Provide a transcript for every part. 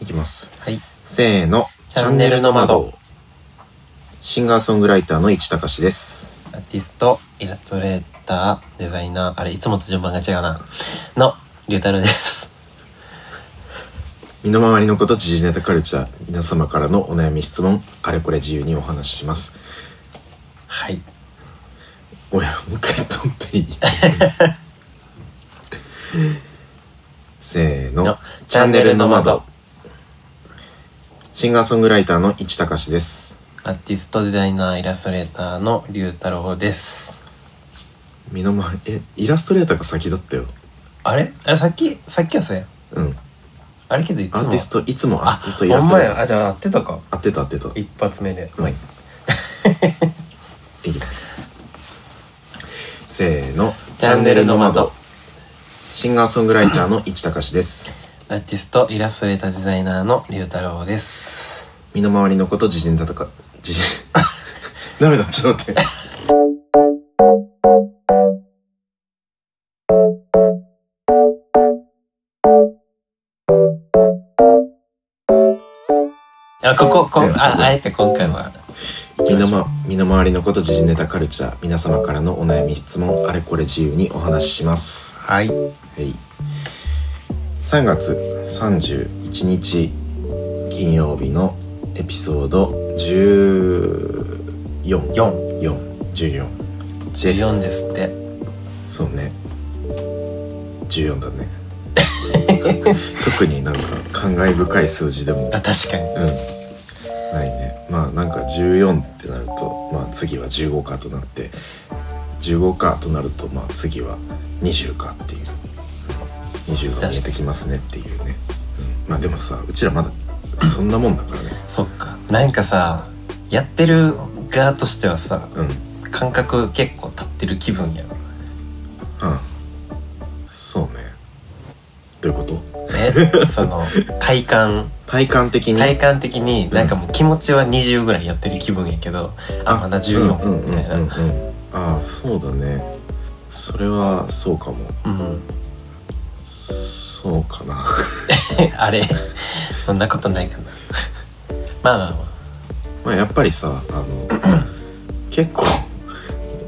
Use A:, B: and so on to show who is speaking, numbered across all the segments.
A: いきます。
B: はい。
A: せーの。
B: チャンネルの窓。
A: シンガーソングライターの市隆です。
B: アーティスト、イラストレーター、デザイナー、あれ、いつもと順番が違うな。の、りゅうたろうです。
A: 身の回りのこと、時事ネタカルチャー、皆様からのお悩み、質問、あれこれ自由にお話しします。
B: はい。
A: 俺、もう一回撮って いいせーの
B: の。チャンネルの窓。
A: シンガーソングライターの市隆です。
B: アーティスト、デザイナー、イラストレーターのりゅうたろうです。
A: 身の回り、え、イラストレーターが先だったよ。
B: あれあさっき、さっきはそうやん。
A: うん。
B: あれけどいつも。
A: アーティスト、いつもア
B: あ、
A: ーティストイラストレータ
B: ほんま
A: ー。
B: やあ、じゃあ合ってたか。
A: 合ってた合ってた。
B: 一発目で。
A: はい。 いきます。せーの。
B: チャンネルの窓。
A: シンガーソングライターの市隆です。
B: アーティスト、イラストレーター、デザイナーのりゅうたろうです。
A: 身の回りのこと自陣戦う。自陣。 ダメだ、ちょっと待って。
B: あ、ここ、こ
A: うん
B: あ、あえて今回は。
A: 身の,、ま、身の回りのこと時事ネタカルチャー皆様からのお悩み質問あれこれ自由にお話しします
B: はい。
A: はい3月31日金曜日のエピソード141414
B: 4。
A: です
B: 4ですって。
A: そうね14だね 特になんか感慨深い数字でも
B: あ、確かに。
A: うんないねまあなんか14ってなると、まあ、次は15かとなって15かとなると、まあ、次は20かっていう20が見えてきますねっていうね、うんまあでもさうちらまだそんなもんだからね
B: そっか。なんかさ、やってる側としてはさ、
A: うんうん
B: 感覚結構立ってる気 分やろ。
A: そうねどういうこと
B: ね。その、体感、
A: 体感的に
B: 体感的になんかもう気持ちは20ぐらいやってる気分やけど、あ、まだ
A: うん
B: 14
A: うん
B: み
A: うん
B: たいな。
A: うんうんああそうだねそれはそうかも
B: うん。
A: そうかな
B: あれ、そんなことないか な。まあまあまあ。
A: まあやっぱりさ あの結構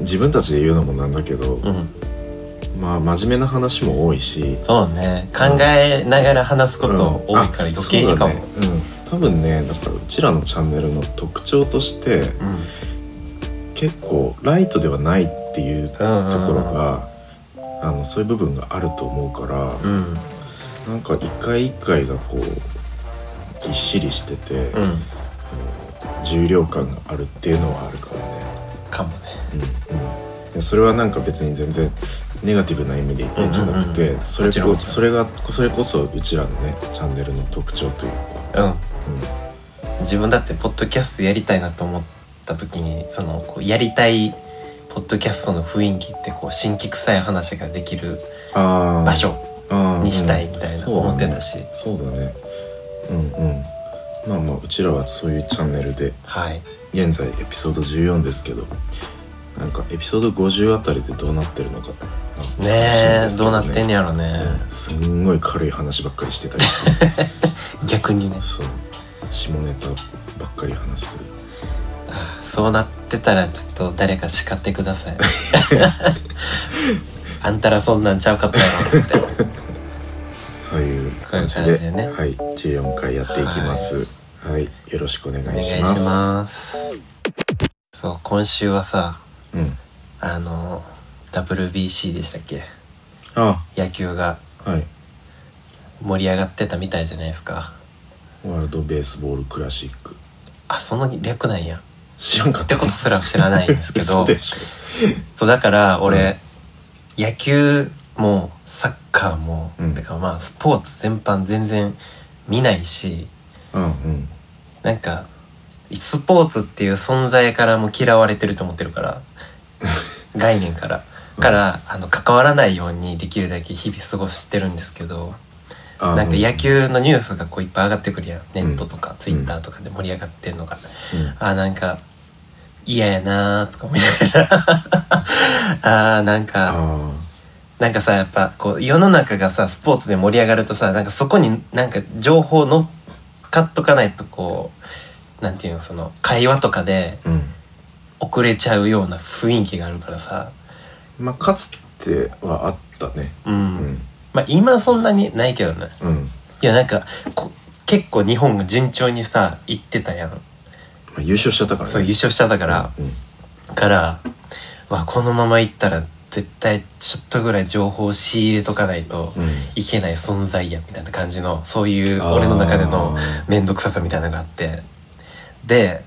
A: 自分たちで言うのもなんだけど、
B: うん。
A: まあ真面目な話も多いし
B: そうね考えながら話すこと多いから余計にかも、
A: うんあそうだねうん多分ねだからうちらのチャンネルの特徴として結構ライトではないっていうとこ
B: うんうんうん
A: ろが、あのそういう部分があると思うから、
B: うんうん
A: なんか一回一回がこうぎっしりしてて、
B: うん
A: 重量感があるっていうのはあるかもね。
B: かもね
A: うんそれはなんか別に全然ネガティブな意味で言ってんじゃなくて、
B: うんうんうん
A: それ
B: もちろ
A: こ
B: んもちろん
A: それがそれこそうちらのねチャンネルの特徴というか、
B: う
A: う
B: ん
A: ん
B: 自分だってポッドキャストやりたいなと思った時にそのこうやりたいポッドキャストの雰囲気ってこう新規臭い話ができる
A: あー
B: 場所
A: あー
B: にしたいみたいな
A: うん
B: 思ってたし、
A: そうだねそうだねうんうんまあまあうちらはそういうチャンネルで
B: はい
A: 現在エピソード14ですけどなんかエピソード50あたりでどうなってるのかなんか楽しみ
B: ね
A: で
B: え
A: すけ
B: どうなってんやろね、
A: うんすんごい軽い話ばっかりしてたりして
B: 逆にね
A: そう下ネタばっかり話す
B: そうなってたらちょっと誰か叱ってください あんたらそんなんちゃうかったよって
A: そういう感じ
B: そうい
A: で
B: う感じでね
A: はい、14回やっていきますはい、よろしくお願
B: お願
A: い
B: いし
A: し
B: ま
A: ますす
B: そう今週はさ
A: うん
B: あの WBC でしたっけ
A: あ
B: 野球が
A: はい
B: 盛り上がってたみたいじゃないですか
A: ワールドベースボールクラシック
B: あその略なんやっ
A: 知らんかってた
B: ことすら知らないんですけ
A: 嘘
B: ど
A: でしょ
B: そうだから俺、野球もサッカーも、
A: うん
B: てかまあスポーツ全般全然見ないし
A: うんうん
B: なんかスポーツっていう存在からも嫌われてると思ってるから 概念からから、あの関わらないようにできるだけ日々過ごしてるんですけど
A: あ
B: なんか野、
A: う
B: 球のニュースがこういっぱい上がってくるやんネットとか、ツイ
A: うん
B: ッターとかで盛り上がってるのが、
A: うん
B: あーなんか嫌やなーとか思いながら あーなんか
A: あ
B: なんかさやっぱこう世の中がさスポーツで盛り上がるとさなんかそこになんか情報の使っとかないとこうなんていうのその会話とかで
A: うん
B: 遅れちゃうような雰囲気があるからさ
A: まあかつてはあったね
B: うん、
A: うん
B: まあ今そんなにないけどね
A: うん、
B: いやなんかこ結構日本が順調にさ行ってたやん、
A: まあ、優勝しちゃったからね
B: そう優勝しただから、
A: う
B: からわこのまま行ったら絶対ちょっとぐらい情報を仕入れとかないと
A: ん、うん
B: いけない存在やみたいな感じのそういう俺の中での
A: あー
B: 面倒くささみたいなのがあってで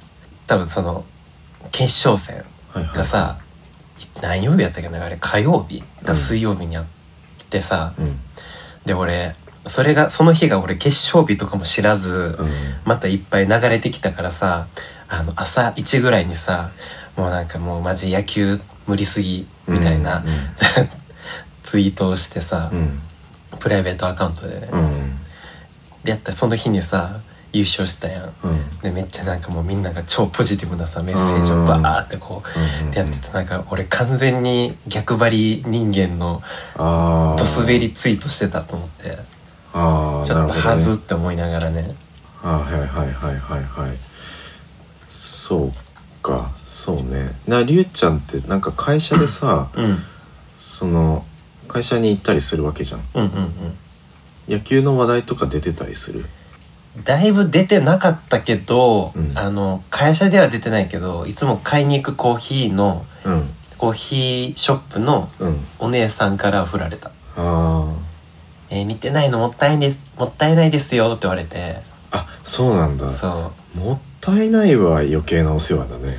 B: 多分その決勝戦
A: はいはい
B: がさ、何曜日やったっけなあれ火曜日が水曜日にあってさ、
A: うん
B: で俺それがその日が俺決勝日とかも知らず、
A: うん
B: またいっぱい流れてきたからさあの朝1ぐらいにさもうなんかもうマジ野球無理すぎみたいな、 ツイートをしてさ、
A: うん
B: プライベートアカウントでね、
A: うんうん
B: でやったらその日にさ優勝したやん
A: うんうん
B: でめっちゃなんかもうみんなが超ポジティブなさメッセージをバーってこう
A: うん
B: やっててなんか俺完全に逆張り人間の
A: ああ
B: ドスベリツイートしてたと思って
A: ああ
B: ちょっとはずっ
A: ず
B: て思いながらね
A: あーはいはいはいはいはいそうかそうねなりゅうちゃんってなんか会社でさ
B: うん
A: その会社に行ったりするわけじゃん
B: うんうんう
A: 野球の話題とか出てたりする
B: んだいぶ出てなかったけど、
A: うん
B: あの会社では出てないけどいつも買いに行くコーヒーの
A: うん
B: コーヒーショップの
A: うん
B: お姉さんから振られた
A: あ
B: 「えー見てないのもったいですもったいないですよ」って言われて
A: ああそうなんだ
B: そう
A: もったいないは余計なお世話だね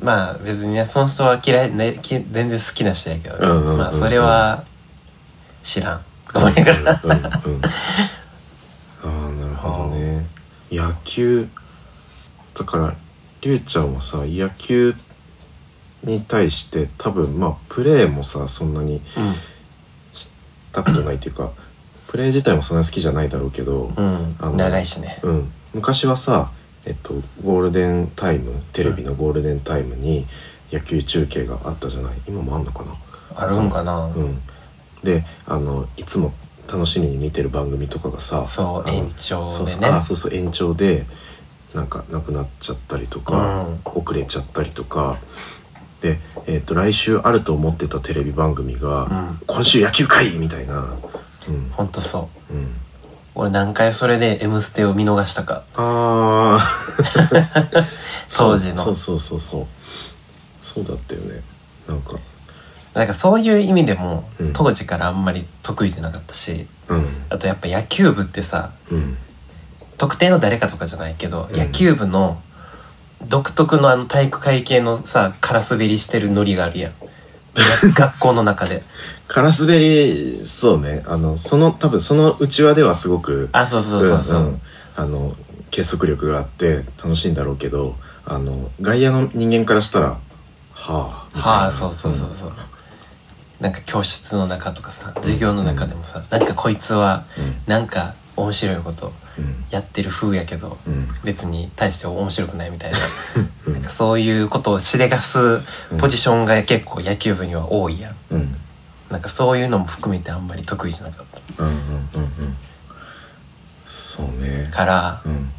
B: まあ別にねその人は嫌い、ね、き全然好きな人やけどね、
A: うんうんうんうん
B: まあそれは知らんごめんから
A: うんうんうん、ああなるほどね野球だからりゅうちゃんはさ野球に対して多分まあプレーもさそんなにしたことないっていうかプレー自体もそんなに好きじゃないだろうけど、
B: うん、
A: あ
B: う
A: の
B: ん、長いしね
A: うん、昔はさ、えっと、ゴールデンタイムテレビのゴールデンタイムに野球中継があったじゃない今もあんのかな
B: あるんかな、
A: うん、であのいつも楽しみに見てる番組とかがさ
B: そう
A: あの
B: 延長でね
A: そうそうあそうそう延長でなんかなくなっちゃったりとか、遅れちゃったりとかで、えー、と来週あると思ってたテレビ番組が「
B: うん
A: 今週野球会!」みたいな、うん
B: ほんとそう
A: うん、
B: 俺何回それで「M ステ」を見逃したか
A: ああ
B: 当時 の
A: そうそうそうそうそうだったよねなんか
B: なんかそういう意味でも
A: うん
B: 当時からあんまり得意じゃなかったし、
A: うん
B: あとやっぱ野球部ってさ
A: うん
B: 特定の誰かとかじゃないけど、
A: うん
B: 野球部の独特のあの体育会系のさ空滑りしてるノリがあるやん学学校の中で
A: カラスベリそうねあのその多分そのうちわではすごく
B: あそうそうそうそう、
A: んんあの結束力があって楽しいんだろうけどあの外野の人間からしたら「はあ」みたいな
B: はあそうそうそうそう、なんか教室の中とかさ授業の中でもさ、なんかこいつは
A: うん
B: なんか面白いこと
A: うん
B: やってる風やけど、
A: うん
B: 別に大して面白くない みたいななんかそういうことをしでかすポジションが結構野球部には多いやん
A: うんうん
B: なんかそういうのも含めてあんまり得意じゃなかった
A: うんうんうんそうね
B: から
A: うん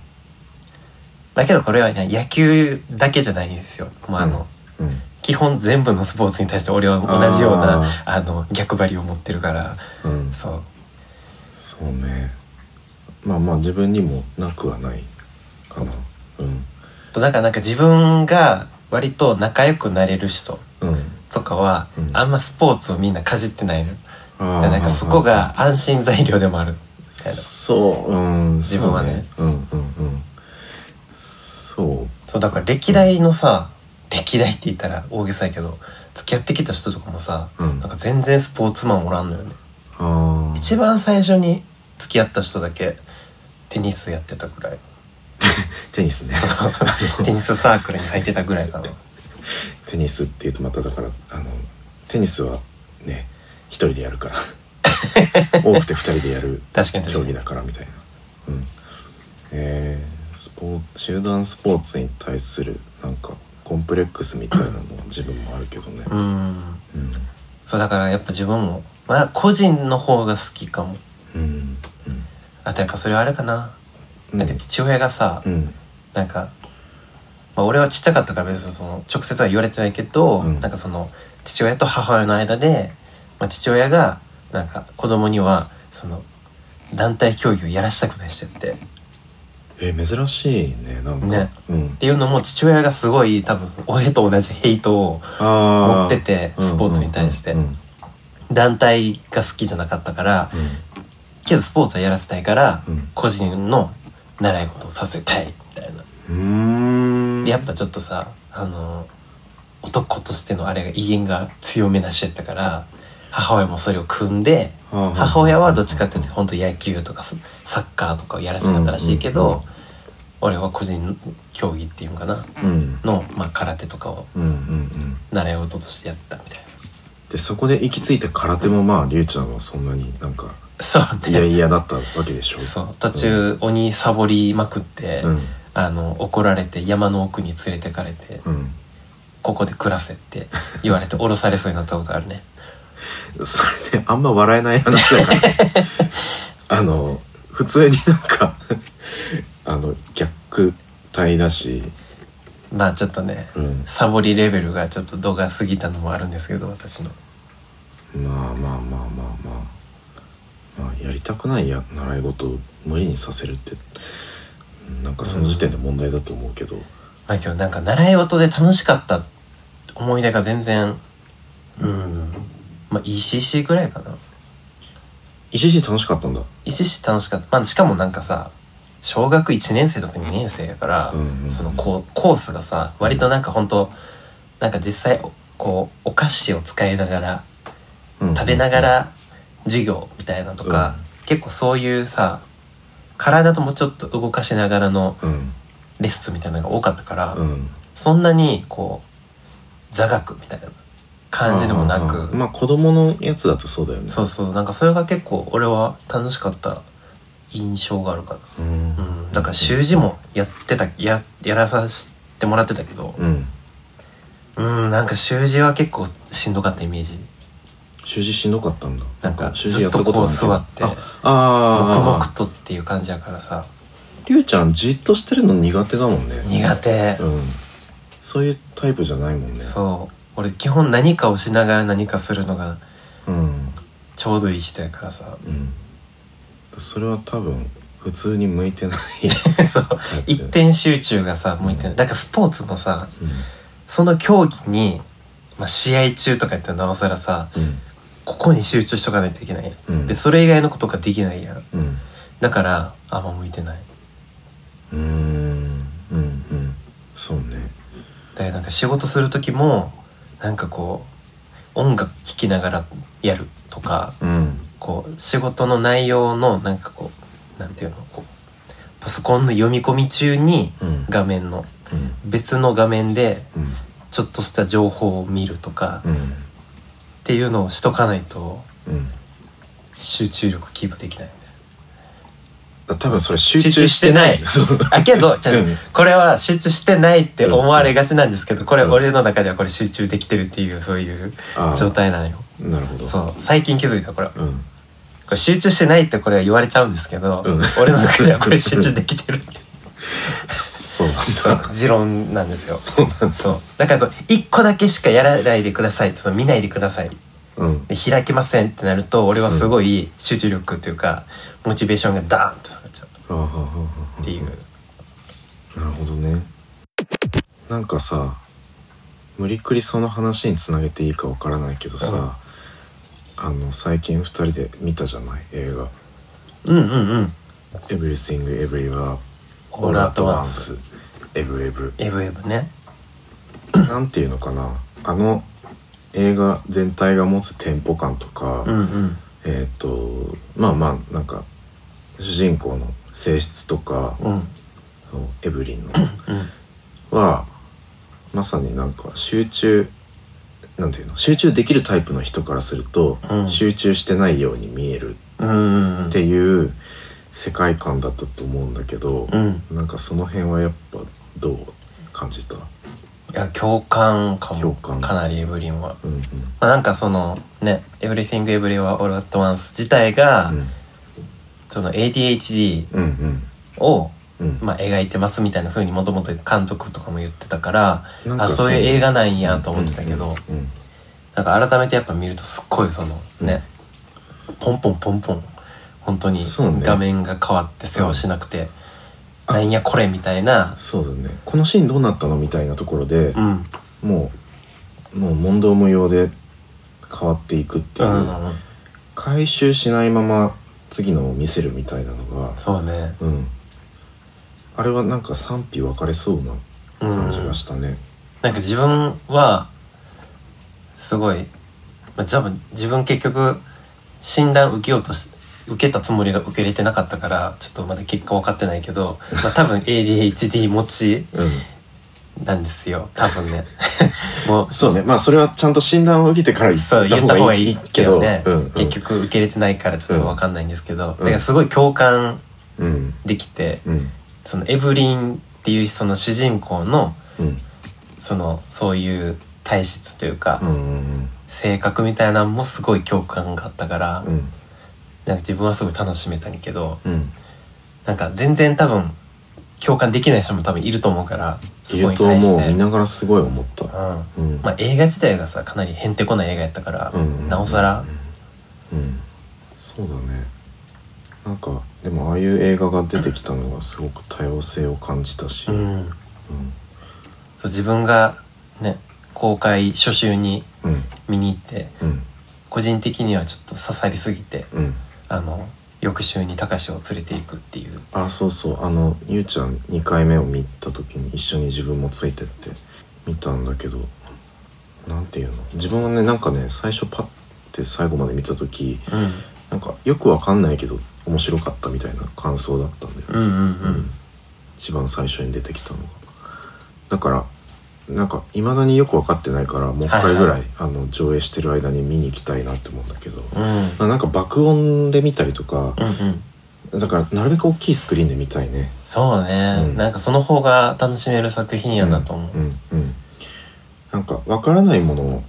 B: だけどこれはね野球だけじゃないんですよ、まああの
A: うん
B: 基本全部のスポーツに対して俺は同じようなあの逆張りを持ってるから
A: うん
B: そう
A: そうねまあまあ自分にもなくはないかなうん
B: とだからなんか自分が割と仲良くなれる人
A: うん
B: とかは、
A: うん
B: あんまスポーツをみんなかじってないの
A: あ
B: だ
A: ー
B: からなんかそこが安心材料でもあるみたいな
A: そううん
B: 自分はね
A: そううんうんうんそう
B: そうだから歴代のさ歴代って言ったら大げさやけど付き合ってきた人とかもさ、
A: うん
B: なんか全然スポーツマンおらんのよね
A: ああ
B: 一番最初に付き合った人だけテニスやってた ぐらい
A: テニスね
B: テニスサークルに入ってたぐらいかな
A: テニスっていうとまただからあのテニスはね一人でやる から多くて二人でやる
B: 確かに確か
A: 競
B: に
A: 技だからみたいなうんえー、スポー集団スポーツに対するなんかコンプレックスみたいなのは自分もあるけどね
B: うん
A: うん
B: そうだからやっぱ自分もまあ個人の方が好きかも
A: うんうん
B: あとやっぱそれはあれかなだって父親がさ、
A: うん
B: なんか、まあ、俺はちっちゃかったから別にその直接は言われてないけど、
A: うん
B: なんかその父親と母親の間で、まあ、父親がなんか子供にはその団体競技をやらしたくない人やってっ
A: え珍しいねなんか
B: ね
A: うん
B: ていうのも父親がすごい多分俺と同じヘイトを
A: あ
B: 持っててスポーツに対して
A: うん
B: 団体が好きじゃなかったからけどスポーツはやらせたいから、
A: うん
B: 個人の習い事をさせたいみたいな
A: うんうーん
B: でやっぱちょっとさあの男としてのあれが威厳が強めな人やったから母親もそれを組んで母親はどっちかっていうと本当野球とかさサッカーとかをやらしかったらしいけど、
A: うんうんうん
B: 俺は個人競技っていうのかな
A: うん
B: の、まあ、空手とかを
A: うんうんうん
B: 習い事としてやったみたいな
A: でそこで行き着いた空手もまありゅうちゃんはそんなになんか
B: そう
A: いや
B: ね
A: いやだったわけでしょ
B: そう途中鬼サボりまくって、
A: うん
B: あの怒られて山の奥に連れてかれて、
A: うん
B: ここで暮らせって言われて降ろされそうになったことあるね
A: それであんま笑えない話だから あの普通になんか あの虐待だし、
B: まあちょっとね、
A: うん、
B: サボりレベルがちょっと度が過ぎたのもあるんですけど私の
A: まあまあまあまあまあ、まあ、やりたくないや習い事を無理にさせるってなんかその時点で問題だと思うけど、
B: まあ今日なんか習い事で楽しかった思い出が全然うんまあ ECC ぐらいかな
A: 一時楽しかったんだ
B: ECC 楽しかった、まあ、しかもなんかさ小学1年生とか2年生やから、
A: うんうん
B: そのこうコースがさ割となんか本当なんか実際こうお菓子を使いながら食べながら授業みたいなとか、結構そういうさ体ともちょっと動かしながらの
A: うん
B: レッスンみたいなのが多かったから、
A: うん
B: そんなにこう座学みたいな感じでもなく、
A: うんうんうんまあ子供のやつだとそうだよね
B: そうそうなんかそれが結構俺は楽しかった印象があるか
A: う
B: ら、うんん、だから習字もやってたややらさせてもらってたけど
A: うん
B: うんなんか習字は結構しんどかったイメージ
A: 習字しんどかったんだ
B: なんか
A: 習字やったことない
B: ずっとこう座って
A: ああ
B: 黙
A: ー
B: 々とっていう感じやからさ
A: りゅうちゃんじっとしてるの苦手だもんね
B: 苦手、
A: うんそういうタイプじゃないもんね
B: そう俺基本何かをしながら何かするのが
A: うん
B: ちょうどいい人やからさ
A: うんそれは多分普通に向いてない
B: 一点集中がさ向いてないだからスポーツのさ
A: う
B: その競技に、まあ、試合中とかやったらなおさらさ
A: ん
B: ここに集中しとかないといけないやん、
A: うん
B: でそれ以外のことができないやん
A: うん
B: だからあんま向いてない
A: うんうんうんうんそうね
B: だからなんか仕事する時もなんかこう音楽聴きながらやるとか
A: うん
B: こう仕事の内容のなんかこうなんていうのこうパソコンの読み込み中に
A: うん
B: 画面の
A: うん
B: 別の画面で
A: うん
B: ちょっとした情報を見るとか
A: う
B: っ
A: ん
B: ていうのをしとかないと
A: うん
B: 集中力キープできない
A: あ多分それ集
B: 集中
A: 中
B: し
A: してて
B: な
A: ないいそう
B: あけどじゃあ
A: うん
B: これは集中してないって思われがちなんですけどこれ
A: うん
B: 俺の中ではこれ集中できてるっていうそういう
A: あー
B: 状態なのよ
A: なるほど
B: そう最近気づいたこれこ
A: うん
B: れ集中してないってこれは言われちゃうんですけど
A: うん
B: 俺の中ではこれ集中できてるって
A: そうなん
B: そう
A: だ
B: 持論なんですよ
A: そうなんだ
B: そうだからこれ1個だけしかやらないでくださいってその見ないでください
A: うん
B: で開けませんってなると俺はすごい集中力というかモチベーションがダーンって下がっちゃう
A: あーはーはーはー
B: っていう
A: なるほどねなんかさ無理くりその話につなげていいかわからないけどさ、あの最近2人で見たじゃない映画
B: うんうんうん
A: 「Everything Everywhere
B: All at
A: Once エブエブ
B: エブエブね
A: なんていうのかなあの映画全体が持つテンポ感とか、
B: うんうん
A: えっ、とまあまあなんか主人公の性質とか、
B: うん
A: そのエブリンの
B: うん
A: はまさになんか集中なんていうの集中できるタイプの人からすると、
B: うん
A: 集中してないように見える
B: うんうんうん
A: っていう世界観だったと思うんだけど、
B: うん
A: なんかその辺はやっぱどう感じた、
B: いや共感かも
A: 共感
B: かなりエブリンは、
A: うんうん
B: まあ、なんかそのね「Everything Everywhere All at Once」自体が、
A: うん
B: その ADHD
A: うんうん
B: を
A: うん
B: まあ、描いてますみたいな風にもともと監督とかも言ってたから
A: なんか
B: あそういう映画なんやと思ってたけど、
A: うんうん
B: なんか改めてやっぱ見るとすっごいそのね、ポンポンポンポン本当に
A: そうね
B: 画面が変わって世話しなくて、
A: あ
B: なんやこれみたいな
A: そうだねこのシーンどうなったのみたいなところで
B: う、ん
A: もうもう問答無用で変わっていくって
B: う
A: いう、
B: んうんうん
A: 回収しないまま次のを見せるみたいなのが
B: そうね
A: うんあれはなんか賛否分かれそうな感じがしたね
B: なんか自分はすごい、まあ、多分自分結局診断受けようとし受けたつもりが受けれてなかったからちょっとまだ結果分かってないけど、まあ、多分 ADHD 持ち
A: うん、
B: なんですよ多 分ねもう
A: そうねまあそれはちゃんと診断を受けてから言っ
B: そう言ったた
A: 方
B: 方
A: が
B: が
A: いい
B: いいけ
A: けど
B: どね、
A: うんうん、
B: 結局受け入れてないからちょっと分かんないんですけど、だからすごい共感
A: うん
B: できて、
A: うん
B: そのエブリンっていうその主人公の
A: うん
B: そのそういう体質というか、
A: うんうん
B: 性格みたいなのもすごい共感があったから、
A: うん
B: なんか自分はすごい楽しめたんやけど
A: うん
B: なんか全然多分共感できない人も多分いると思うからそ
A: い
B: こ
A: る
B: に
A: と
B: 対し
A: もう
B: て、う
A: 見
B: ん
A: ながらすごい思った、
B: ま
A: うん
B: あ、映画自体がさかなりへんてこな映画やったから、
A: うん
B: なおさら、
A: うんそうだねなんかでもああいう映画が出てきたのがすごく多様性を感じたし、
B: う
A: うん
B: んそう自分がね公開初週に
A: うん
B: 見に行って
A: うん
B: 個人的にはちょっと刺さりすぎて
A: うん
B: あの翌週に高志を連れていくっていう
A: あそうそうあのゆうちゃん2回目を見た時に一緒に自分もついてって見たんだけどなんていうの自分はねなんかね最初パッて最後まで見た時
B: うん
A: なんかよくわかんないけど面白かったみたいな感想だったんだよね
B: うんうんうん
A: 一番最初に出てきたのがだからなんかいまだによく分かってないからもう一回ぐらい、
B: はいは
A: あの上映してる間に見に行きたいなって思うんだけど、
B: うん
A: まあなんか爆音で見たりとか
B: う、んうん
A: だからなるべく大きいスクリーンで見たいね
B: そうね、
A: うん
B: なんかその方が楽しめる作品やなと思う、
A: んうんうんなんか分からないものを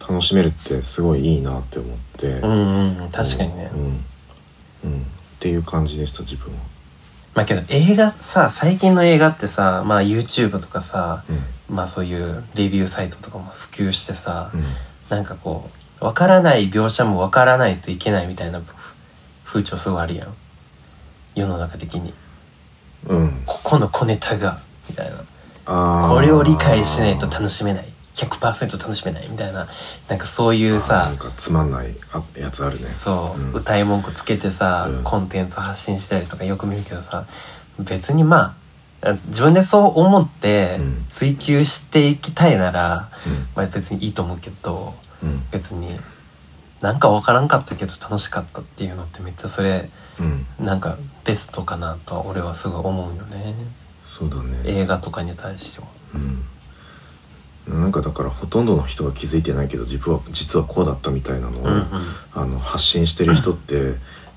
A: 楽しめるってすごいいいなって思って、
B: うん、うんうん確かにね、
A: うん、うん、っていう感じでした自分は、
B: まあけど映画さ最近の映画ってさまあ YouTube とかさまあそういうレビューサイトとかも普及してさ、
A: うん
B: なんかこうわからない描写もわからないといけないみたいなふ風潮すごいあるやん世の中的に
A: うん、うん、
B: ここの小ネタがみたいな
A: あー
B: これを理解しないと楽しめない100%楽しめないみたいななんかそうい
A: あ
B: う
A: ー
B: さ
A: なんかつまんないあやつあるね
B: そう、
A: うん
B: 歌い文句つけてさ、
A: うん
B: コンテンツ発信したりとかよく見るけどさ別にまあ自分でそう思って
A: うん
B: 追求していきたいなら、
A: うん
B: まあ、別にいいと思うけど
A: うん
B: 別になんかわからんかったけど楽しかったっていうのってめっちゃそれ
A: うん
B: なんかベストかなとは俺はすごい思うよね
A: そうだね
B: 映画とかに対しては。
A: うん、なんかだからほとんどの人が気づいてないけど自分は実はこうだったみたいなのを、
B: うんうん
A: あの発信してる人って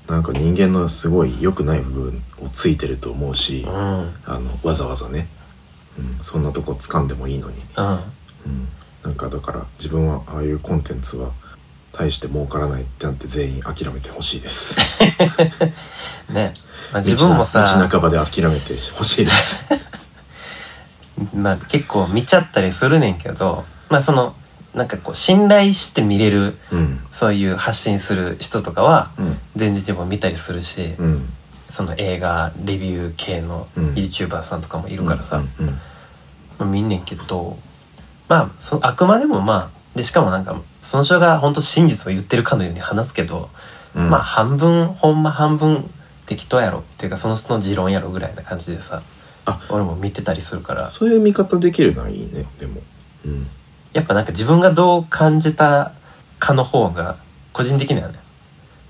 A: なんか人間のすごい良くない部分をついてると思うし、
B: うんうん
A: あのわざわざね、うん、そんなとこ掴んでもいいのに、うん、なんかだから自分はああいうコンテンツは大して儲からないってなんて全員諦めてほしいです。
B: ね、まあ、 自分もさ
A: 道な道半ばで諦めてほしいです。
B: まあ結構見ちゃったりするねんけどまあそのなんかこう信頼して見れる
A: うん、
B: そういう発信する人とかは
A: うん、
B: 全然自分見たりするし、
A: うん、
B: その映画レビュー系の
A: うん
B: YouTuber さんとかもいるからさ、
A: うん、うん
B: まあ見んねんけどまあそのあくまでもまあでしかもなんかその人が本当真実を言ってるかのように話すけど、
A: うん、
B: まあ半分ほんま半分適当やろっていうかその人の持論やろぐらいな感じでさ
A: あ
B: 俺も見てたりするから
A: そういう見方できるのはいいねでもうん
B: やっぱなんか自分がどう感じたかの方が個人的にはね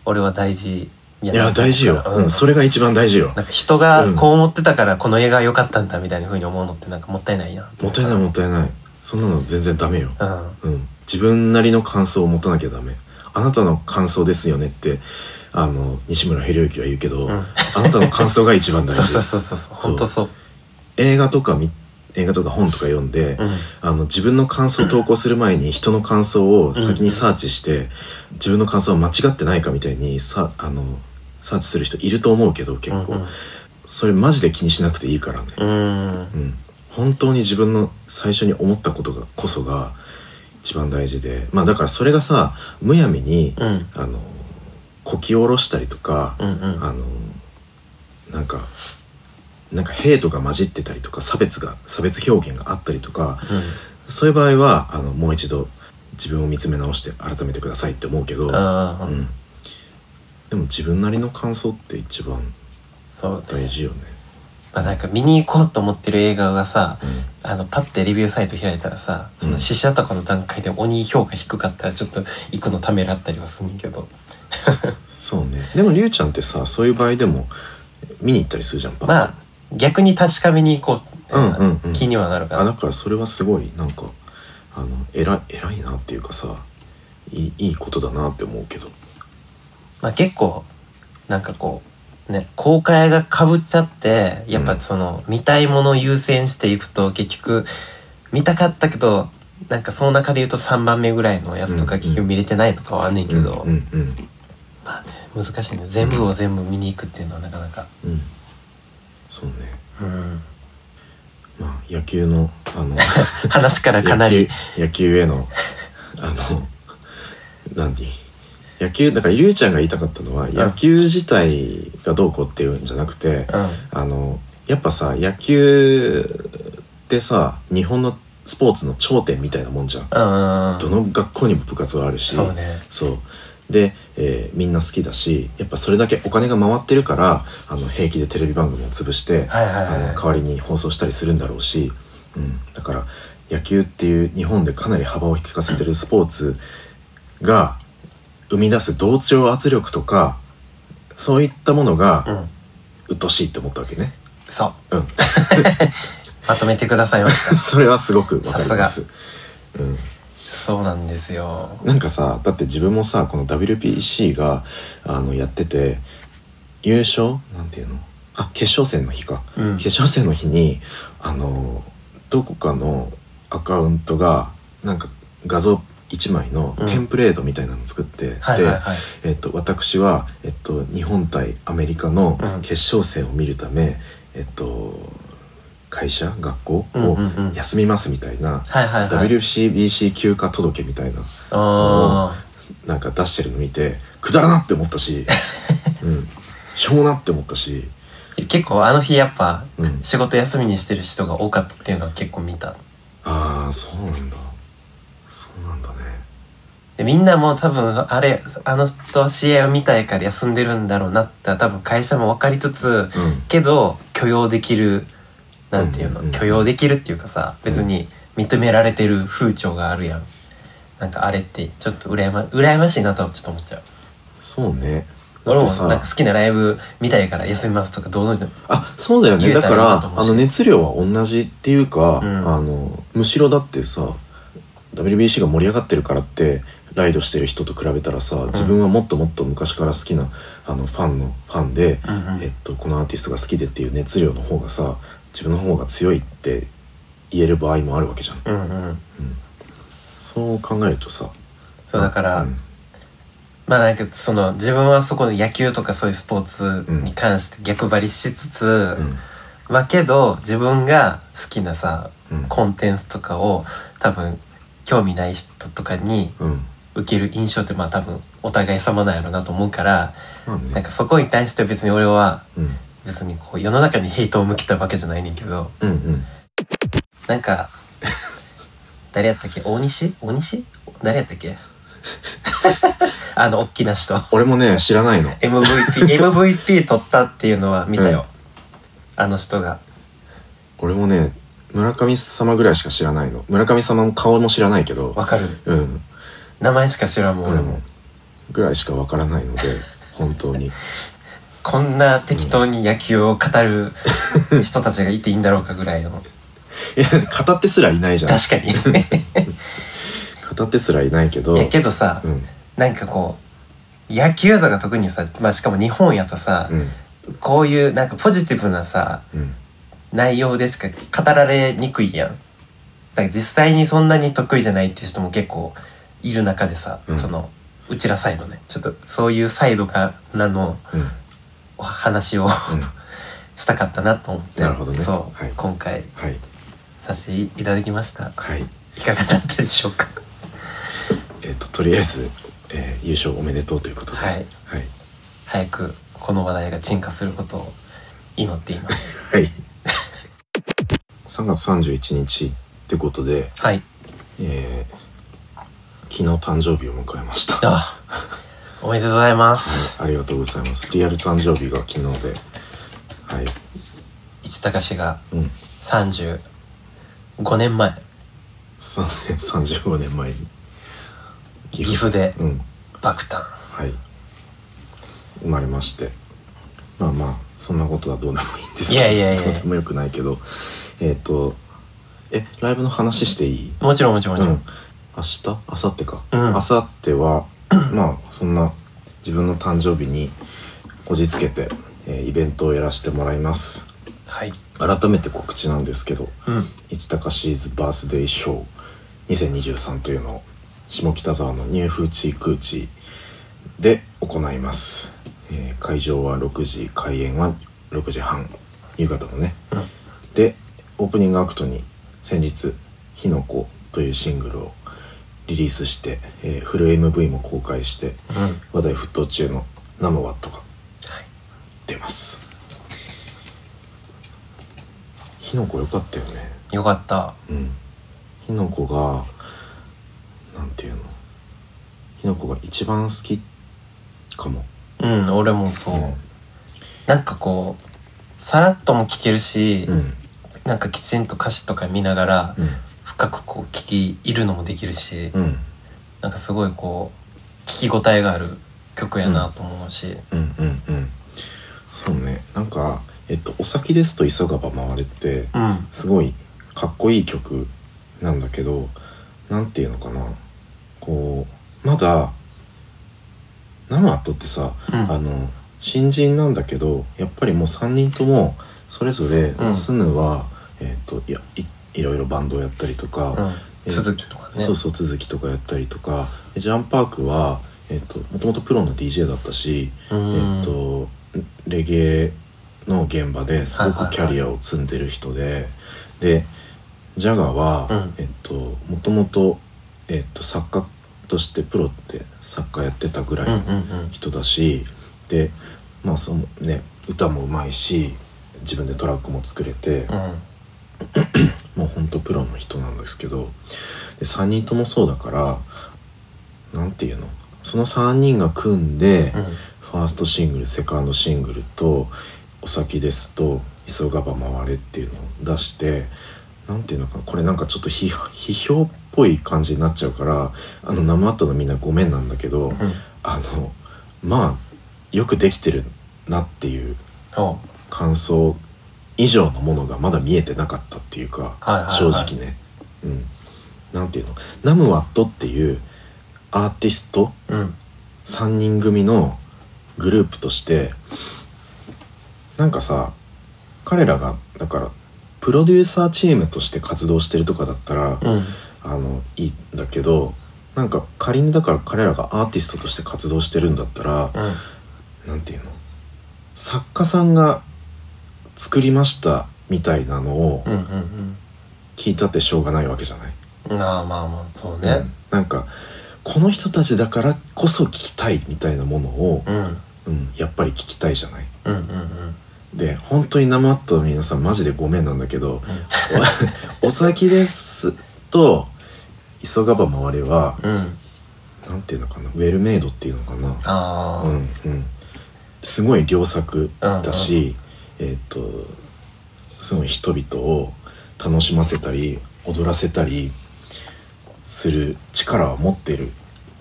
B: 俺は大事や
A: いや大事よ、うん、それが一番大事よ
B: なんか人がこう思ってたからこの映画は良かったんだみたいな風に思うのってなんかもったいないな
A: もったいないもったいないそんなの全然ダメよ、
B: うん
A: うん、自分なりの感想を持たなきゃダメあなたの感想ですよねってあの西村輝之は言うけど、
B: うん
A: あなたの感想が一番大
B: そう
A: 事
B: そうそうそうそう本当そう
A: 映画とかみ映画とか本とか読んで、
B: うん
A: あの自分の感想を投稿する前に人の感想を先にサーチして、自分の感想は間違ってないかみたいにさあのサーチする人いると思うけど結構、
B: うんうん
A: それマジで気にしなくていいからね、
B: うん
A: うん、本当に自分の最初に思ったことがこそが一番大事でまあだからそれがさむやみに、
B: うん
A: あのこき下ろしたりとか、
B: うんうん
A: あのなんかなんか兵とか混じってたりとか差別が差別表現があったりとかそういう場合はあのもう一度自分を見つめ直して改めてくださいって思うけど、
B: うんああ、
A: うん、でも自分なりの感想って一番
B: そうだね
A: 大事よね。
B: まあ、なんか見に行こうと思ってる映画がさ、
A: うん
B: あのパッてレビューサイト開いたらさその試写とかの段階で鬼評価低かったらちょっと行くのためらったりはすんねんけど
A: そうねでもりゅうちゃんってさそういう場合でも見に行ったりするじゃんパッと
B: まあ逆に確かめに行こうって
A: うんうんうん
B: 気にはなるかな、
A: あだからそれはすごいなんかあの偉い偉いなっていうかさいいいいことだなって思うけど
B: まあ、結構なんかこうね公開がかぶっちゃってやっぱその、見たいものを優先していくと結局見たかったけどなんかその中で言うと3番目ぐらいのやつと
A: う
B: か
A: んうん
B: 結局見れてないとかはあんねんけど、
A: うんうん
B: まあね難しいね全部を全部見に行くっていうのはなかなか
A: うん、うん、そうね
B: うん
A: まあ野球のあの
B: 話からかな
A: 野球
B: り
A: 野球へのあの何野球だからりゅうちゃんが言いたかったのは野球自体がどうこうっていうんじゃなくて、
B: うん
A: あのやっぱさ野球ってさ日本のスポーツの頂点みたいなもんじゃん
B: うんうんうん
A: どの学校にも部活はあるし
B: そうね
A: そうで、えーみんな好きだしやっぱそれだけお金が回ってるからあの平気でテレビ番組を潰して、
B: はいはいはい
A: あの代わりに放送したりするんだろうし、うん、だから野球っていう日本でかなり幅を利かせてるスポーツが生み出す同調圧力とかそういったもの
B: う
A: が
B: ん
A: 鬱陶しいって思ったわけね。
B: そう
A: うん
B: まとめてくださいました
A: それはすごくわかります。うん、
B: そうなんですよ
A: なんかさだって自分もさこの WBC があのやってて優勝なんていうのあ決勝戦の日か、
B: うん
A: 決勝戦の日にあのどこかのアカウントがなんか画像1枚の
B: うん
A: テンプレートみたいなの作って、
B: はいはいはい
A: えっと、私は、えっと、日本対アメリカの
B: うん
A: 決勝戦を見るため、えっと、会社学校
B: うん
A: を
B: うんうん
A: 休みますみたいな、
B: はいはいはい
A: WCBC 休暇届みたいな
B: あー
A: なんか出してるの見てくだらなって思った し、うん、しょうもなって思ったし、
B: 結構あの日やっぱ
A: うん、
B: 仕事休みにしてる人が多かったっていうのは結構見た
A: ああそうなんだそうなんだね
B: でみんなも多分あれあの人は試合を見たいから休んでるんだろうなって多分会社も分かりつつ
A: うん
B: けど許容できるなんていうの、
A: うんうんうん
B: 許容できるっていうかさ別に認められてる風潮があるやんなんかあれってちょっと羨ま羨ましいなとはちょっと思っちゃう
A: そうねだ
B: 俺
A: っ
B: も
A: てさ
B: なんか好きなライブ見たいから休みますとかどうぞ
A: あそうだよね
B: 言え
A: だ
B: た
A: から
B: いい
A: ら
B: なと思う
A: あ
B: し
A: の熱量は同じっていうか、
B: ん
A: あのむしろだってさ WBC が盛り上がってるからってライドしてる人と比べたらさ自分はもっともっと昔から好きなあのファンのファンで、
B: うんうん
A: えっと、このアーティストが好きでっていう熱量の方がさ自分の方が強いって言える場合もあるわけじゃん。
B: うんうん
A: そう考えるとさ
B: そうだから、
A: うん
B: まあなんかその自分はそこの野球とかそういうスポーツに関して逆張りしつつ、
A: うん
B: まあけど自分が好きなさ、
A: うん
B: コンテンツとかを多分興味ない人とかに
A: うん
B: 受ける印象ってまあ多分お互い様なんやろうなと思うから、
A: まあ
B: なん
A: ね
B: かそこに対して別に俺は
A: うん
B: 別にこう世の中にヘイトを向けたわけじゃないねんけど
A: うんうん
B: なんか 誰やったっけ大西大西誰やったっけ あの大きな人
A: 俺もね知らないの
B: MVP MVP 取ったっていうのは見たよ、あの人が
A: 俺もね村神様ぐらいしか知らないの村神様の顔も知らないけど
B: わかる
A: うん
B: 名前しか知らんもん俺
A: う
B: も、
A: んぐらいしかわからないの で本当に
B: こんな適当に野球を語る人たちがいていいんだろうかぐらいの
A: いや語ってすらいないじゃん
B: 確かに
A: 語ってすらいないけど
B: い やけどさ、
A: うん
B: なんかこう野球とか特にさ、まあ、しかも日本やとさ
A: う、ん
B: こういうなんかポジティブなさ
A: うん
B: 内容でしか語られにくいやんだから実際にそんなに得意じゃないっていう人も結構いる中でさ、
A: うん
B: そのうちらサイドねちょっとそういうサイドからの
A: うん
B: お話を、 したかったなと思って
A: なるほどね
B: そう、
A: はい
B: 今回
A: はい
B: させていただきました
A: はい
B: いかがだったでしょうか
A: えっ、ととりあえず、えー優勝おめでとうということで
B: はい
A: はい、
B: 早くこの話題が鎮火することを祈っています
A: はい、3月31日ってことで、
B: はい
A: えー昨日誕生日を迎えました
B: あおめでとうございます
A: ありがとうございますリアル誕生日が昨日ではい
B: 市高氏が
A: うん
B: 35年前
A: そうね35年前に
B: 岐阜で
A: うん
B: 爆誕
A: はい生まれましてまあまあそんなことはどうでもいいんですけど
B: いやいやいや
A: どうでもよくないけどえっ、とえライブの話していい
B: もちろんもちろんも
A: う
B: ちろん、
A: ん明日明後日か、
B: うん
A: 明後日は まあそんな自分の誕生日にこじつけて、えーイベントをやらせてもらいます
B: はい
A: 改めて告知なんですけど
B: うん
A: 「市高シーズバースデーショー2023」というのを下北沢のニューフーチークーチーで行います、えー会場は6時開演は6時半夕方のね
B: うん
A: でオープニングアクトに先日「火の粉」というシングルをリリースして、えーフル MV も公開して
B: うんはい
A: 話題沸騰中の「ナムワット」が出ます火の粉良かったよね
B: よかった
A: うん火の粉がなんていうの火の粉が一番好きかも
B: うん俺もそう、なんかこうさらっとも聴けるし、
A: うんうん
B: なんかきちんと歌詞とか見ながら深くこう聴き入るのもできるし、
A: うんうん
B: なんかすごいこう聴き応えがある曲やなと思うし、
A: うんうんうんそうねなんか、えっと「お先ですと急がば回れ」って
B: うん
A: すごいかっこいい曲なんだけどなんていうのかなこうまだ生アットってさ、
B: うん
A: あの新人なんだけどやっぱりもう3人ともそれぞれ、
B: うん
A: スヌは、えっといやいいろいろバンドをやったりとか、
B: うん
A: えー
B: 続きとかね
A: そうそう続きとかやったりとかジャンパークはえっともともとプロの DJ だったし、
B: うん
A: えっとレゲエの現場ですごくキャリアを積んでる人で、でジャガーは、
B: うん
A: えっともともとえっと作家としてプロって作家やってたぐらい
B: うんう
A: の
B: んうん
A: 人だし、でまあそのね歌もうまいし自分でトラックも作れて、
B: うん
A: もうほんとプロの人なんですけどで3人ともそうだからなんていうのその3人が組んで、
B: うん
A: ファーストシングルセカンドシングルと「お先です」と「急がば回れ」っていうのを出してなんていうのかなこれなんかちょっと批批評っぽい感じになっちゃうからあの生アットのみんなごめんなんだけど、
B: うん
A: あのまあよくできてるなっていう
B: おう
A: 感想以上のものがまだ見えてなかったっていうか、
B: はいはいはい
A: 正直ね、うん、なんていうのナムワットっていうアーティスト
B: うん
A: 3人組のグループとしてなんかさ彼らがだからプロデューサーチームとして活動してるとかだったら、
B: うん
A: あのいいんだけどなんか仮にだから彼らがアーティストとして活動してるんだったら、
B: うん
A: なんていうの作家さんが作りましたみたいなのを
B: うんうん
A: 聞いたってしょうがないわけじゃない、
B: うんああまあまあそう
A: う
B: ね
A: んなんかこの人たちだからこそ聞きたいみたいなものを、
B: うん
A: うん、やっぱり聞きたいじゃない
B: うんうんうん
A: で本当に生っと皆さんマジでごめんなんだけど
B: うん
A: 「お お先です」と「急がば回れは」
B: うん
A: なんていうのかなウェルメイドっていうのかな
B: ああ
A: うんうん、すごい良作だし、えーっとすごい人々を楽しませたり踊らせたりする力は持ってる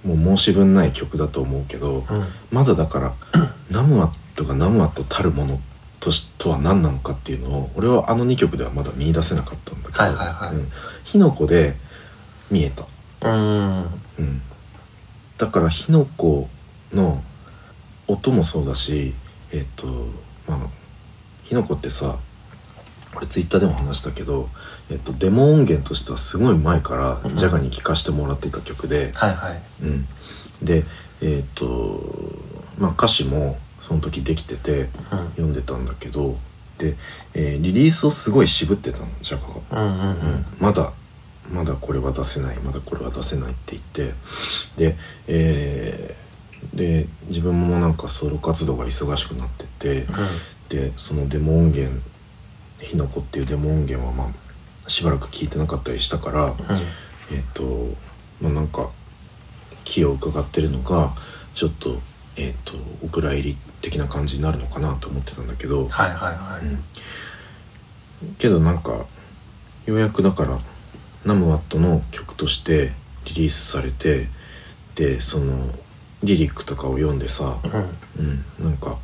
A: もう申し分ない曲だと思うけど、
B: うん
A: まだだから ナムワットがナムワットたるものとしとは何なのかっていうのを俺はあの2曲ではまだ見出せなかったんだけど、
B: はいはいはい
A: うん、火の粉で見えた。
B: うん
A: うん、だから火の粉の音もそうだしえっとまあ火の粉ってさこれツイッターでも話したけど、えっと、デモ音源としてはすごい前か
B: う
A: ら
B: ん
A: ジャガに聴かせてもらってた曲で、
B: はいはい
A: うん、でえっとまあ歌詞もその時できてて
B: うん
A: 読んでたんだけどで、えーリリースをすごい渋ってたのジャカが。
B: うんうんうん
A: まだまだこれは出せないまだこれは出せないって言ってで,、えーで自分もなんかソロ活動が忙しくなってて、でそのデモ音源「火の粉」っていうデモ音源はまあしばらく聞いてなかったりしたから、えっ、とまあなんか気を伺ってるのがちょっと,、えっとお蔵入り的な感じになるのかなと思ってたんだけど、
B: はいはいはい、
A: けどなんかようやくだからナムワットの曲としてリリースされてでそのリリックとかを読んでさ、
B: うん
A: うん、なんか